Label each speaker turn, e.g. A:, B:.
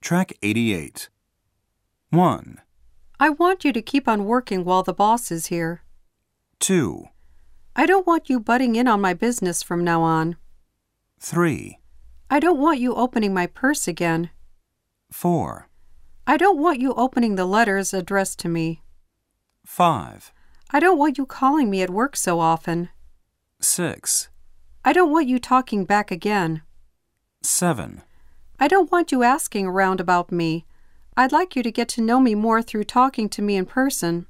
A: Track 88. 1,
B: I want you to keep on working while the boss is here.
A: 2,
B: I don't want you butting in on my business from now on.
A: 3,
B: I don't want you opening my purse again.
A: 4,
B: I don't want you opening the letters addressed to me.
A: 5,
B: I don't want you calling me at work so often.
A: 6,
B: I don't want you talking back again.
A: 7,
B: I don't want you asking around about me. I'd like you to get to know me more through talking to me in person.